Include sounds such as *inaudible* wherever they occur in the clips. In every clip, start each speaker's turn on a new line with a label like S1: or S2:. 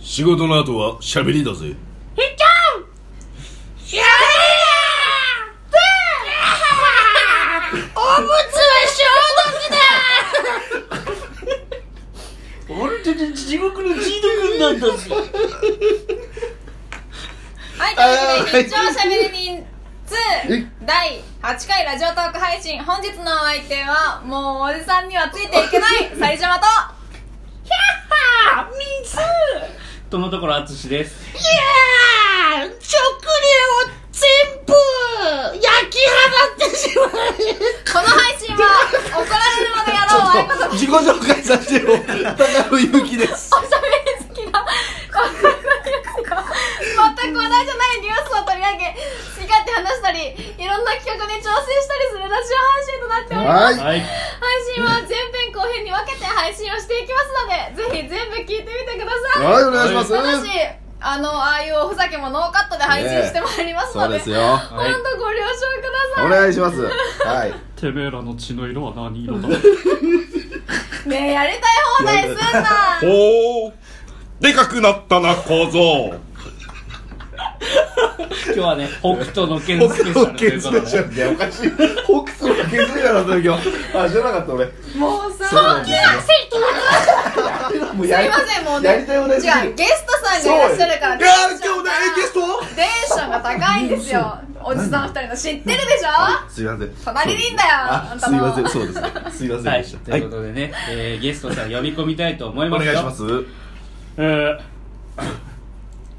S1: 仕事の後はしゃべりだぜ
S2: やれやブーおむつは消毒だ
S3: 俺たち地獄の地獄なんだぜ
S4: はい、ということで、一応しゃべり人2第8回ラジオトーク配信、本日のお相手は、もうおじさんにはついていけない、さりじまと、
S2: あ水
S3: とのところあつしです
S2: いやー食料を全部焼き払ってしまえ
S4: この配信は、怒られるまでやろう、あいこと、
S5: 自己紹介させてよ高野ゆきです
S4: おしゃべり好きな、全く話題じゃないニュースを取り上げ、好き勝手話したり、いろんな企画に挑戦したりするラジオ配信となっております。
S5: はい
S3: はい
S4: 配信は前編後編に分けて配信をしていきますので、ぜひ全部聞いてみてください。
S5: はいお願いします
S4: ただし、あの、ああいうおふざけもノーカットで配信してまいります
S5: そ
S4: の
S5: う
S4: で、
S5: ですよ
S4: ほんとご了承ください。
S5: お願いしますはい
S3: てめえらの血の色は何色だ
S4: ねえ、やりたい放題すんな
S1: ほうでかくなったな小僧
S3: 今日はね北斗の剣スペシャルということで
S5: ルいやおかしい北斗の剣スペシャルなんだ今日あ知らなかった俺
S4: もうさ、すい
S5: そう
S4: ま
S5: もうやり
S4: せん、もうね、
S5: やりたい放題すぎる
S4: 違う、ゲストさんがいらっしゃるから、
S5: いやー今日ねゲスト
S4: テンションが高いんですよ。おじさん二人の知ってるでしょ
S5: すいません
S4: 隣にいんだよあ
S5: あ
S4: んた
S5: すい
S4: も
S5: ませんそうですねすいません
S3: は
S5: で
S3: い、
S5: し
S3: と
S5: た
S3: いうことでね、えーゲストさん呼び込みたいと思い
S5: お
S3: ますよ
S5: 願いします
S3: えー、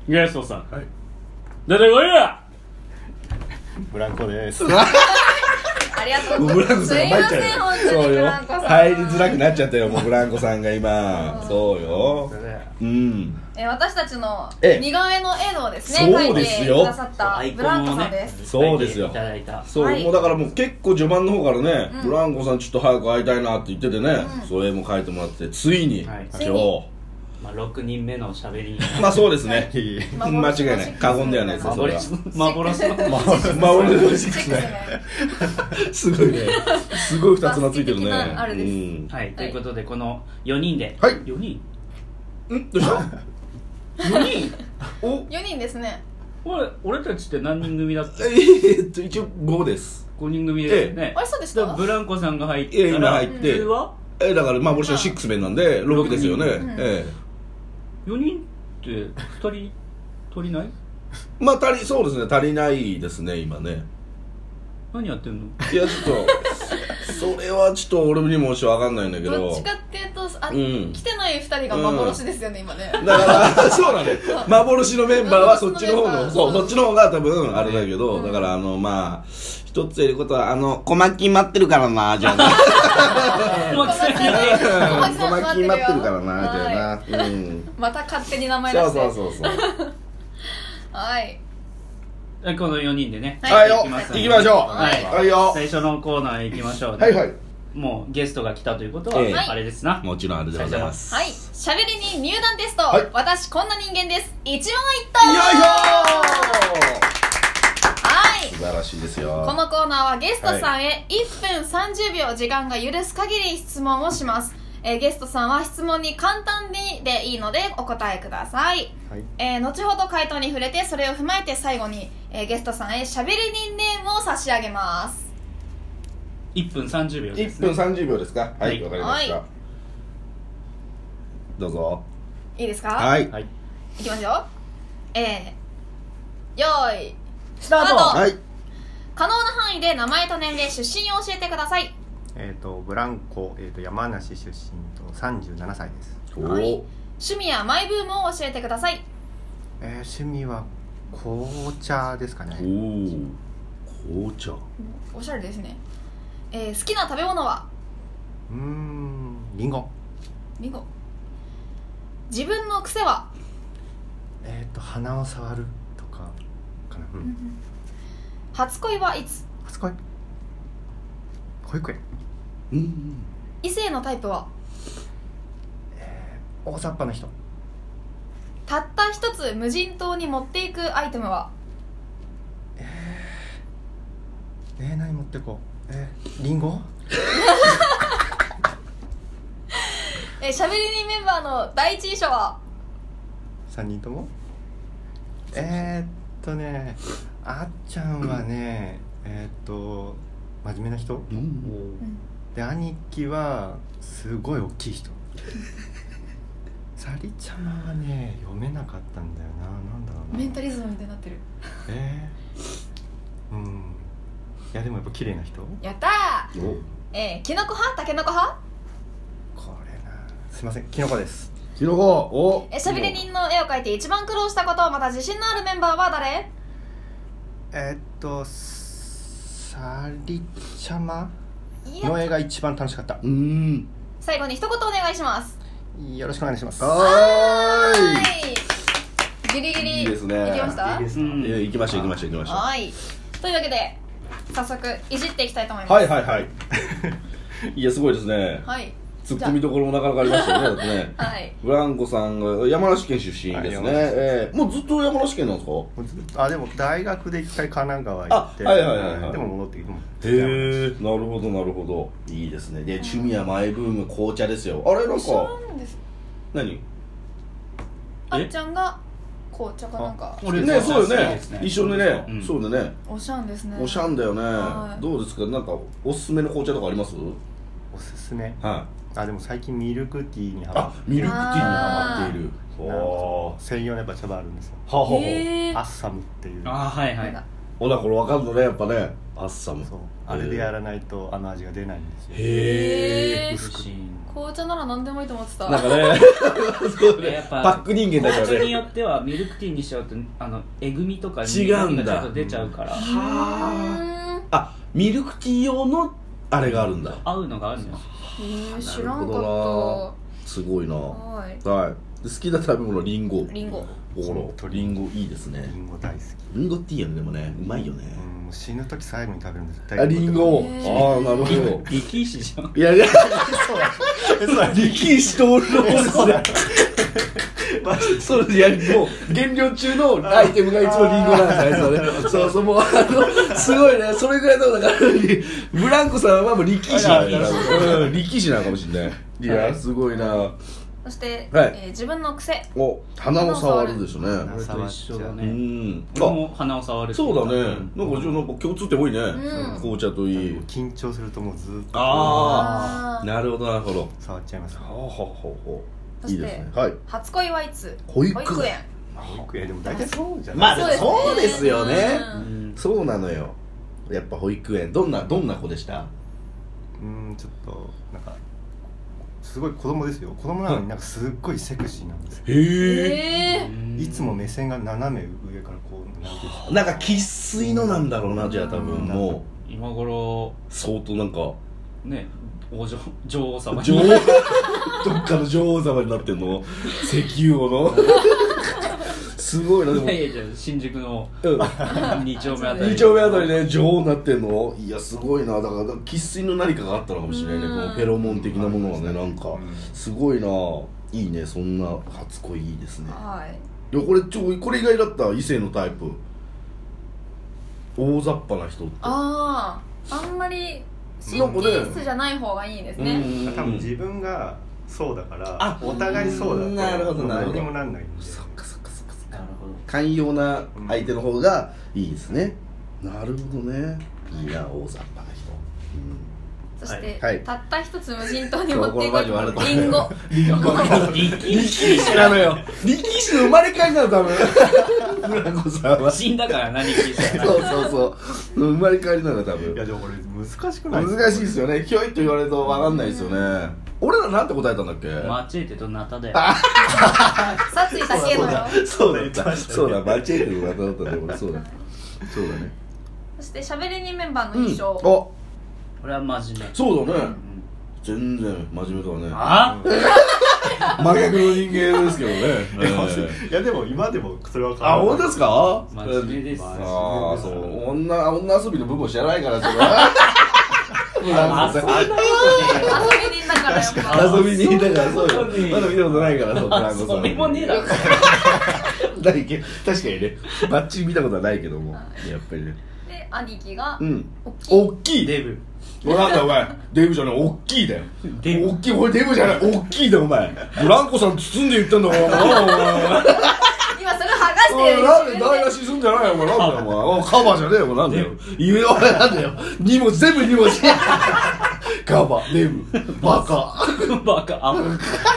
S3: ゲストさん、出てこいや
S6: ブランコです
S4: ありがとう
S5: ブランコさん
S4: す
S5: が
S4: いま
S5: 参っち
S4: せん、
S5: ゃ
S4: 本
S5: う
S4: 当
S5: そ
S4: に
S5: う
S4: ブ
S5: よ
S4: ランコさん。
S5: 入りづらくなっちゃったよもうブランコさんが今そうようん
S4: えー私たちの
S5: ええ
S4: 似顔絵の絵のですね
S5: そう
S4: 描い
S5: です
S4: て
S5: よ
S4: くださったブランコさんです、
S5: そうですよ
S3: いただいた
S5: そう、
S4: はい
S5: もうだからもう結構序盤の方からね、
S4: うん
S5: ブランコさんちょっと早く会いたいなって言っててね、それも書いてもらってついに、
S3: はい
S5: 今
S4: つい
S5: 日
S4: に
S3: まあ6人目のおしゃべり
S5: まあそうです
S3: *laughs*
S5: ね間
S4: 幻
S5: 違いない過言ではないですよそれは
S3: 幻の幻の
S5: まあ俺の
S4: シックスね
S5: すごいねすごい2つがついてるね
S4: バスケ的なあれです
S5: うん
S3: はい、ということでこの4人で、
S5: はい
S3: 4人
S5: んどうした
S3: 4人 *laughs*
S5: お
S4: 4人ですね
S3: 俺俺たちって何人組だっ
S5: え
S3: け
S5: ーっと一応5です
S3: 5人組だよね
S4: あれそうでし
S3: だ
S4: た
S3: から
S4: ブ
S3: ブランコさんが入っ
S5: え
S3: て
S5: ー
S3: か
S5: 今
S3: ら
S5: 入って
S3: 普通は
S5: えーだからまあ私は6弁なんで6ですよね、
S3: うん
S5: え
S3: 4人って2人足りない
S5: えまあ足りそうですね足りないですね今 *laughs* ね
S3: 何やってんの
S5: いやちょっとそれはちょっと俺にもしわかんないんだけど
S4: どっちかっていうとあ、
S5: うん
S4: 来てない2人が幻ですよね、今
S5: *laughs*
S4: ね
S5: だからそうなんだよ幻のメンバーはそっちの方のそう
S4: うん
S5: そっちの方が多分あれだけど、だからあのまあ一つ言えることはあの小牧待ってるから *laughs* なじゃあな
S3: 小牧さん
S4: 小牧
S5: 小
S4: さん
S5: 牧待ってるからなじ
S4: はい
S5: ゃあなうん
S4: また勝手に名前出
S5: そ
S4: し
S5: う
S4: て
S5: そうそうそう
S4: はい *laughs*
S3: えこの4人でね
S5: はいよ
S3: 行きます
S5: 行きましょう
S3: はい
S5: はいよ
S3: 最初のコーナー行きましょうね
S5: はいはい
S3: もうゲストが来たということ
S5: ええ
S3: はあれですな
S5: もちろんあれでございます
S4: はいしゃべりに入団テスト、
S5: はい
S4: 私こんな人間です一問一
S5: よ
S4: 答
S5: いしょ
S4: はい
S5: ー素晴らしいです
S4: こ
S5: よ
S4: のコーナーはゲストさんへ1分30秒時間が許す限り質問をします、えーゲストさんは質問に簡単にでいいのでお答えください、
S6: はい
S4: えー後ほど回答に触れてそれを踏まえて最後に、えーゲストさんへしゃべり人ネームを差し上げます
S3: 1分30秒で
S5: 1
S3: すね
S5: 分30秒ですかは
S3: はい
S5: いわかりまし
S4: はい
S5: たどうぞ
S4: いいですか
S5: はいい
S3: はい
S4: きますよえー、よーい
S3: スタ
S4: ート
S5: はい
S4: 可能な範囲で名前と年齢出身を教えてください
S6: えっとブランコ、えー、と山梨出身と37歳です、
S4: はい趣味やマイブームを教えてください
S6: えー趣味は紅茶ですか
S5: お
S6: ね
S5: お紅茶
S4: おしゃれですね、えー好きな食べ物は
S6: うーんりんご
S4: みご自分の癖は
S6: えっ、と鼻を触るとかかなうん
S4: 初恋はいつ
S6: あそこへ保育園
S5: うん
S4: 異性のタイプは
S6: 大雑把な人
S4: たった一つ無人島に持っていくアイテムは
S6: えー、何持ってこうえー、りんご
S4: えーしゃべり人メンバーの第一印象は
S6: 3人ともえー、っとねあっちゃんはねえー、っと真面目な人、で兄貴はすごい大き
S5: *laughs*
S6: い人サリちゃまはね読めなかったんだよななんだろうな
S4: メンタリズムみたいになってる
S6: えー、うんいやでもやっぱ綺麗な人こ
S4: やったーえー、キノコ派タケノコ派
S6: れなすいませんキノコです
S7: キノコお
S4: えしゃべり人の絵を描いて一番苦労したことまた自信のあるメンバーは誰
S6: えー、っとサリちゃま
S4: いや
S6: の絵が一番楽しかった
S7: うーん
S4: 最後に一言お願いします
S6: よろしくお願いします
S7: は
S4: は
S7: ーい
S4: いギリギリ
S5: いいですね
S4: きました
S6: いいです
S3: う
S6: ね
S5: い
S3: ん
S5: や行きましょう行きましょう行きましょう
S4: はいというわけで早速いじっていきたいと思います
S5: はいはいはい *laughs* いやすごいですね
S4: はい
S5: ツッコミどころもなかなかありましたよねだってね
S4: はい
S5: ブランコさんが山梨県出身ですね、
S6: はい山梨
S5: ええもうずっと山梨県なんですか
S6: もうずっとあでも大学で一回神奈川行って
S5: あはいはいはいはい
S6: でも戻ってきても
S5: へえなるほどなるほどいいですねで趣味やマイブーム紅茶ですよあれなんか
S4: そうなんです
S5: 何
S4: あっちゃんが紅茶かなんか
S3: 俺
S5: ねそうよ
S3: 好
S5: ね
S3: きですね
S5: 一緒にね、
S3: うん
S5: そうだね
S4: おしゃんですね
S5: おしゃんだよね、
S4: はい
S5: どうですかなんかおすすめの紅茶とかあります
S6: おすすめ
S5: は
S6: あでも最近ミルクティーにハ
S5: い
S6: マっ
S5: あミルクティーにハマっているお
S6: て
S5: お
S6: 専用の場所があるんですよ
S5: ははは、
S4: へー
S6: アッサムっていう
S3: あーはいは
S4: これ
S3: い
S4: だ
S5: ほらこれわかんのねやっぱねアッサム
S6: そうあれでやらないとあの味が出ないんですよ
S5: へ
S4: へ
S5: え
S4: ー紅茶なら何でもいいと思ってた
S5: なんかねそうね
S8: やっ
S5: パ
S8: ぱ
S5: ック人間だから
S8: 紅茶によ
S5: ね
S8: ってはミルクティーにしちゃうとあのえぐみとか
S5: 違うん
S8: 苦
S5: だ
S8: 味がちょっと出ちゃうから
S4: う
S5: あミルクティー用のあれがあるんだ
S8: 合うのがあるんです
S4: ーん知
S5: な
S4: ら
S5: る
S4: ん
S5: ほ
S4: かっ
S5: どなすごいな
S4: た
S5: は
S4: はい
S5: いで好きな食べ物リンゴ
S4: リンゴ
S5: おらリンゴいいです
S6: リ
S5: ね
S6: ンゴ大好き
S5: リンゴっていいよねでもねうまいよね
S6: うんもう死ぬ時最後に食べるんです
S5: あリンゴ
S4: へ
S5: ああなるほ
S8: よ
S5: ど
S8: 力士じゃん
S5: いやいや力士と俺の方ですねそうですいやもう減量中のアイテムがいつもリンゴなんですよねそうねそうそうもうあのすごいねそれぐらいのだからブランコさんはもう力士なんだうん力士なのかもしれないいやすごいな
S4: そして、
S5: はい
S4: えー自分の癖
S5: お鼻を触るでしょね
S8: 俺と一緒だ
S5: う
S8: ね
S5: ん
S8: 俺
S5: あ
S8: も鼻を触る
S5: そうだねなんかじゃあなんか共通点多いね
S4: ん
S5: 紅茶といい
S6: 緊張するともうずーっと
S5: あ
S4: あ
S5: あ
S4: ー
S5: なるほどなるほど
S6: 触っちゃいます
S5: はあはあはあはあ
S4: そ
S5: い
S4: し
S5: い
S4: て
S5: ですねはい
S4: 初恋はいつ
S5: 保育園
S6: 保育園でも大体そうじゃ
S5: ま
S6: ない
S5: あでもそうですよね
S4: う
S8: うんん
S5: そうなのよやっぱ保育園どんなどんな子でした
S6: うんちょっとなんかすごい子供ですよ子供なのになんかすっごいセクシーなんですよ
S5: へ
S4: えー
S6: いつも目線が斜め上からこうなんていうんですか
S5: なんか生粋のなんだろうなじゃあ多分も
S8: 今頃
S5: う相当なんか
S8: ねお嬢 *laughs* 女王様に
S5: 女王 *laughs* どっかの女王様になってんの石油王 *laughs* のすごいなでも
S8: いやいやいや新宿の
S5: うん
S8: 2丁目あたり
S5: 二丁目あたりね女王になってんのいやすごいなだから生粋の何かがあったのかもしれないねこのフェロモン的なものはねなんかすごいないいねそんな初恋いいですね
S4: はい
S5: いやこれちょこれ以外だったら異性のタイプ大雑把な人って
S4: あああんまり神経質じゃない方がいいですね
S5: うん
S6: 多分自分がそうだから
S5: あ
S6: お互いそうだと
S5: なるほどなるほど
S6: 何にもなんないんで
S5: そっかそっかそっかそっ
S8: な
S5: か
S8: るほど
S5: 寛容な相手の方がいいですね、なるほどねいいな大雑把な人、
S4: そして、
S5: はい
S4: たった一つ無人島に持っていこうと思う
S5: 今日
S4: リンゴ
S5: リンゴ力士なのよ力士の生まれ変わりなの多分村子さんは
S8: 死んだから何力士じゃない
S5: そうそうそう生まれ変わりなの多分
S6: いやでもこれ難しくない
S5: 難しいですよねひょいと言われると分かんないですよね俺らなんて答えたんだっけ
S8: マチエテとナタで
S4: 殺意だけのよ
S5: そうだった。そうだ、間違えてる方だったね、俺、そうだ。そうだね。
S4: そしてしゃべり人メンバー
S5: う
S4: の
S5: ん。
S4: 印象、
S5: あ、
S8: 俺は真面目
S5: そうだね。全然真面目とはね。
S8: あ
S5: 真逆の人間ですけど *laughs* ねええ。
S6: いやでも今でもそれは変
S5: あ、
S6: わ
S5: 本
S6: らな
S5: 当
S6: い
S5: ですか
S8: 真面目です
S5: ああ、そう。女、女遊びの部分を知らないから、それは。
S4: 遊び人だからやっぱ
S5: 遊びにいたから、そうよ。
S8: 遊びに
S5: まだ見たことないから、そう、ブランコさん。
S8: それもねえだろ
S5: ないけ確かにね、バッチリ見たことはないけども、やっぱりね。
S4: で兄貴が
S5: うん。
S4: 大きい、
S5: おっきい
S8: デブ
S5: おなんだお前デブじゃないおっきいだよ
S8: デブ
S5: おっきいこれデブじゃないおっきいだよお前ブランコさん包んで言ったんだからなお前
S4: してる
S5: おいなんで台無しにすんじゃないよお前なんだよお前おカバーじゃねえよお前なんだよ言えお前なんだよ荷物全部荷物カバーネムバカ
S8: バカあ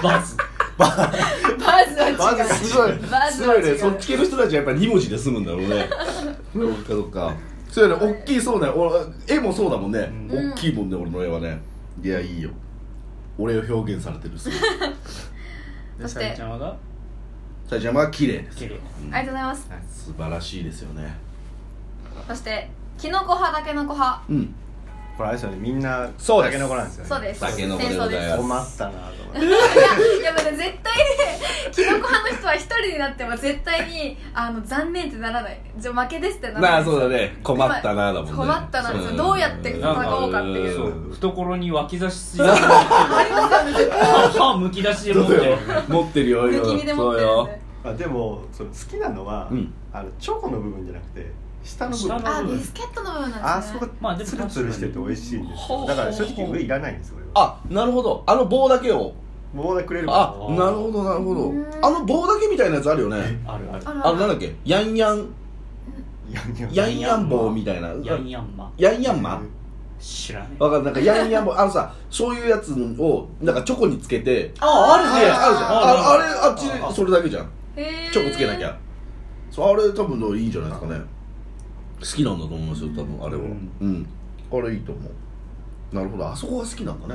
S8: バズ
S4: バズは違う
S5: まずすごい
S4: バズ
S5: す
S4: は
S5: ごい
S4: 違
S5: ね
S4: う
S5: そっち系の人たちはやっぱり2文字で済むんだろうねそうかそうかそうよね大きいそうね俺絵もそうだもんね
S4: うん
S5: 大きいもんね俺の絵はねいやいいよ俺を表現されてるすごい
S4: そしてあり
S8: ち
S4: が
S8: ゃんが
S5: *laughs* さあじゃあまあ綺麗です
S8: 綺麗
S4: とうございます
S5: 素晴らしいですよね
S4: そしてキノコ派だけのこ派
S5: うん
S6: これあれですよねみんな
S5: そうです
S6: タケノコなんですよね
S4: そうです
S5: タケノコでございます
S4: 戦争
S6: 困ったなと思っ
S4: いやで
S6: て
S4: もね絶対ねキノコ派の人は一人になっても絶対にあの残念ってならないじゃ負けですってならない
S5: まあそうだね困ったなだもんね
S4: 困ったなですよどうやって戦おうかっていう
S8: そ
S5: そうう
S8: 懐に脇差し筋が歯むき出しで持ってる
S5: 持ってる
S4: *laughs*
S5: よ
S4: 抜き身で持ってるんで
S6: あでもその好きなのは、
S5: うん
S6: あのチョコの部分じゃなくて下の部
S8: 下
S6: 分
S8: の
S4: あビスケットの部分な
S6: あ
S4: んですね
S6: そこ
S8: まあでも
S6: ツルツルしてて美味しいんです
S8: ほうほ
S6: よ
S8: う
S6: だから正直上いらないんです俺は
S5: あなるほどあの棒だけを
S6: 棒でくれる
S5: あ
S6: か
S5: なるほどなるほど
S4: うん
S5: あの棒だけみたいなやつあるよね
S8: あるある
S4: あら
S5: あのなんだっけヤンヤン
S6: らやんやん
S5: ヤンヤン棒みたいな
S8: ヤンヤンマ
S5: ヤンヤンマン
S8: 知らねえ
S5: わかるなんかヤンヤン棒あのさそういうやつをなんかチョコにつけて
S8: あ
S5: あるじゃんあれあっ
S8: ああ
S5: ちそれだけじゃん
S4: へー
S5: チョコつけなきゃそうあれ多分いいんじゃないですかね好きなんだと思いますよ多分あれは
S6: うん
S5: うんあれいいと思うなるほどあそこが好きなんだね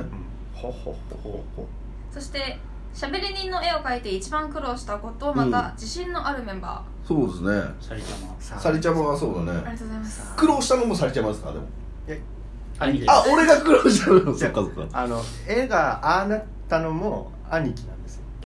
S5: ほほほほほ
S4: そしてしゃべり人の絵を描いて一番苦労したことま
S5: うん
S4: た自信のあるメンバ
S5: そうですね
S8: シャリちゃんは
S5: さりちゃまはそうだ
S4: ーあり
S5: ね
S4: がとうございます
S5: 苦労したのもさりちゃまですかでも
S8: 兄貴
S5: あ俺が苦労したのそっかそっか
S6: あの絵がああなったのも兄貴